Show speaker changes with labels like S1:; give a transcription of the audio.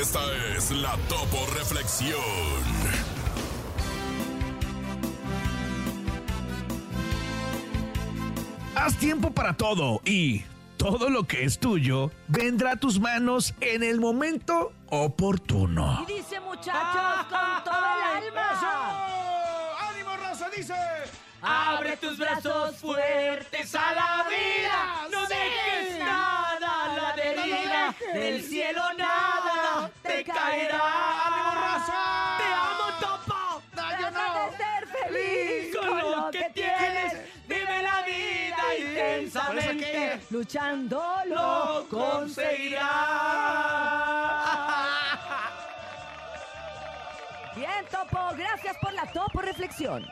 S1: Esta es la Topo Reflexión.
S2: Haz tiempo para todo y todo lo que es tuyo vendrá a tus manos en el momento oportuno.
S3: Y dice muchachos con todo el alma.
S4: ¡Ánimo, raza! Dice.
S3: Abre tus brazos fuertes a la vida. No dejes nada a la deriva. Del cielo nada te
S4: ¡Ánimo,
S3: caerá.
S4: raza!
S3: Te amo, Topo.
S4: No, yo
S3: Trata
S4: no.
S3: de ser feliz con lo que tienes. Vive la vida
S4: Por
S3: intensamente.
S4: eso
S3: Luchando lo conseguirás. Bien, Topo. Gracias por la Topo Reflexión.